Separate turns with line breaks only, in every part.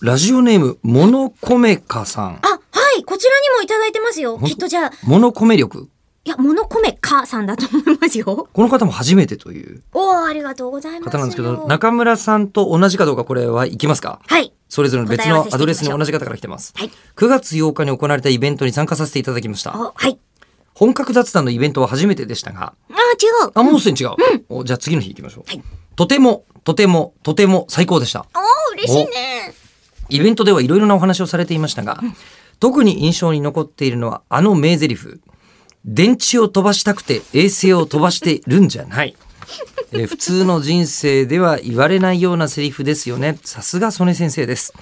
ラジオネーム、モノコメカさん。
あ、はい、こちらにもいただいてますよ。
本当
きっとじゃあ、
モノコメ力。
いや、モノコメカさんだと思いま すよ。
この方も初めてという
おー、ありがとうございます。
方なんですけど、中村さんと同じかどうかこれはいきますか
はい。
それぞれの別
答え合
の
わせし
ア
て
ド
いき
レ
ま
ス
しょう
に同じ方から来てます。
はい。
9月8日に行われたイベントに参加させていただきました。
お、はい。
本格雑談のイベントは初めてでしたが、
あー、違う。
あ、もうすでに違う。おじゃあ次の日行きましょう。
はい
とても、とても、とても最高でした。
おー、嬉しいね。
イベントではいろいろなお話をされていましたが、特に印象に残っているのはあの名台詞。電池を飛ばしたくて衛星を飛ばしてるんじゃ ない。えー普通の人生では言われないようなセリフですよね。さすが曽根先生です。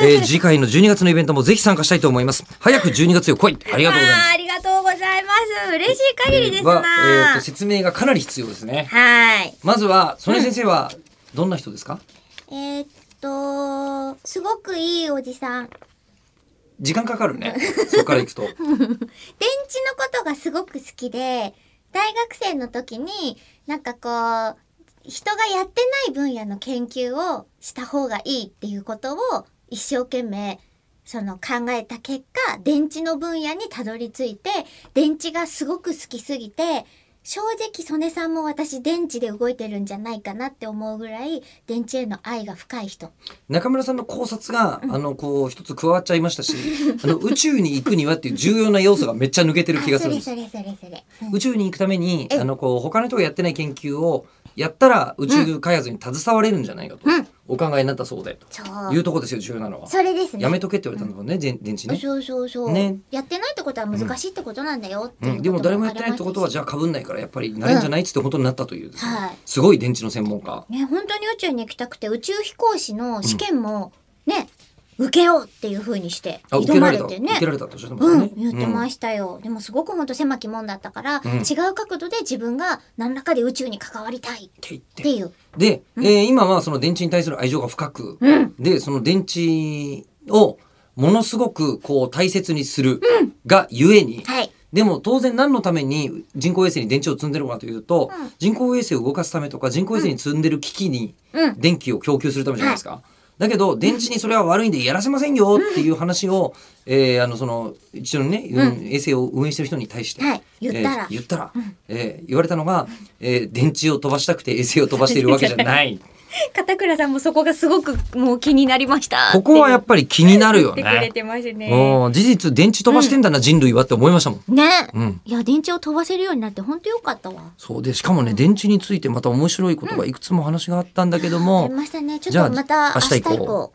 えー次回の12月のイベントもぜひ参加したいと思います。早く12月よ来い。ありがとうございます
あー、ありがとうございます。嬉しい限りで。すな。
は、えーと
は
説明がかなり必要ですね。
ーい。
まずは曽根先生はどんな人ですか。
えーっと、すごくいいおじさん。電
時間かかるね。そこから行くと。
池のことがすごく好きで、大学生の時に、なんかこう、人がやってない分野の研究をした方がいいっていうことを一生懸命その考えた結果電池の分野にたどり着いて電池がすごく好きすぎて正直曽根さんも私電池で動いてるんじゃないかなって思うぐらい電池への愛が深い人
中村さんの考察が、あの、こう、一つ加わっちゃいましたし、 あの、宇宙に行くにはっていう重要な要素がめっちゃ抜けてる気がす
そ
るん
れ
です
そ。れそれそれ、うん
宇宙に行くために、
え
あの、こう、他の人がやってない研究をやったら、宇宙開発に携われるんじゃないかと、
うん
お考えになったそうで、
そ
という
う
ところですよ、重要なのは。
それですね
やめとけって言われたんだもんね、電電池ね。
そうそうそう、
ね
やってないってことは難しいってことなんだよって
う
い
ん、
う
で
こ
も
と
誰も
も
や
わ
って
か
ないっ
りましてたし
ことはじゃあかぶんないからやっぱりなるんじゃないっつってことになったというですね、
はい
すごい電池の専門家
ね、本当に宇宙に行きたくて宇宙飛行士の試験もね、受けようっていう風にして
あ受け
挑
ら
ま
れ
れ
た
て
受
ね
けられたとおっしゃってました
う
ね
ん、、言ってま
し
したよ、でもすごく本当狭きもんだったから、
うん
違う角度で自分が何らかで宇宙に関わりたい
って言っ
ってていう
で、えー今はその電池に対する愛情が深く、でその電池をものすごくこう大切にするがゆえに、
はい
でも当然何のために人工衛星に電池を積んでるのかというと、
うん
人工衛星を動かすためとか人工衛星に積んでる機器に
うん
電気を供給するためじゃないですか。だけど電池にそれは悪いんでやらせませんよっていう話を、えーあのその一緒にね、うん衛星を運営してる人に対して、
はい言った
え
ら
ー言ったら、えー言われたのが、えー電池を飛ばしたくて衛星を飛ばしているわけじゃ ない。
片倉さんもそこがすごくもう気になりました
ここはやっ
ぱ
ぱり気になるよ
言って
ね
くれ。てますね
うん事実電池飛ばしてんだな、人類はって思いましたもん。
ね、
うん
いや電池を飛ばせるようになって本当良かったわ
そうでしかもね電池についてまた面白いことがいくつも話があったんだけども、
ありましたねち
じゃ
ょ
あ
っとまた
明
明
日
日
以
以
降
降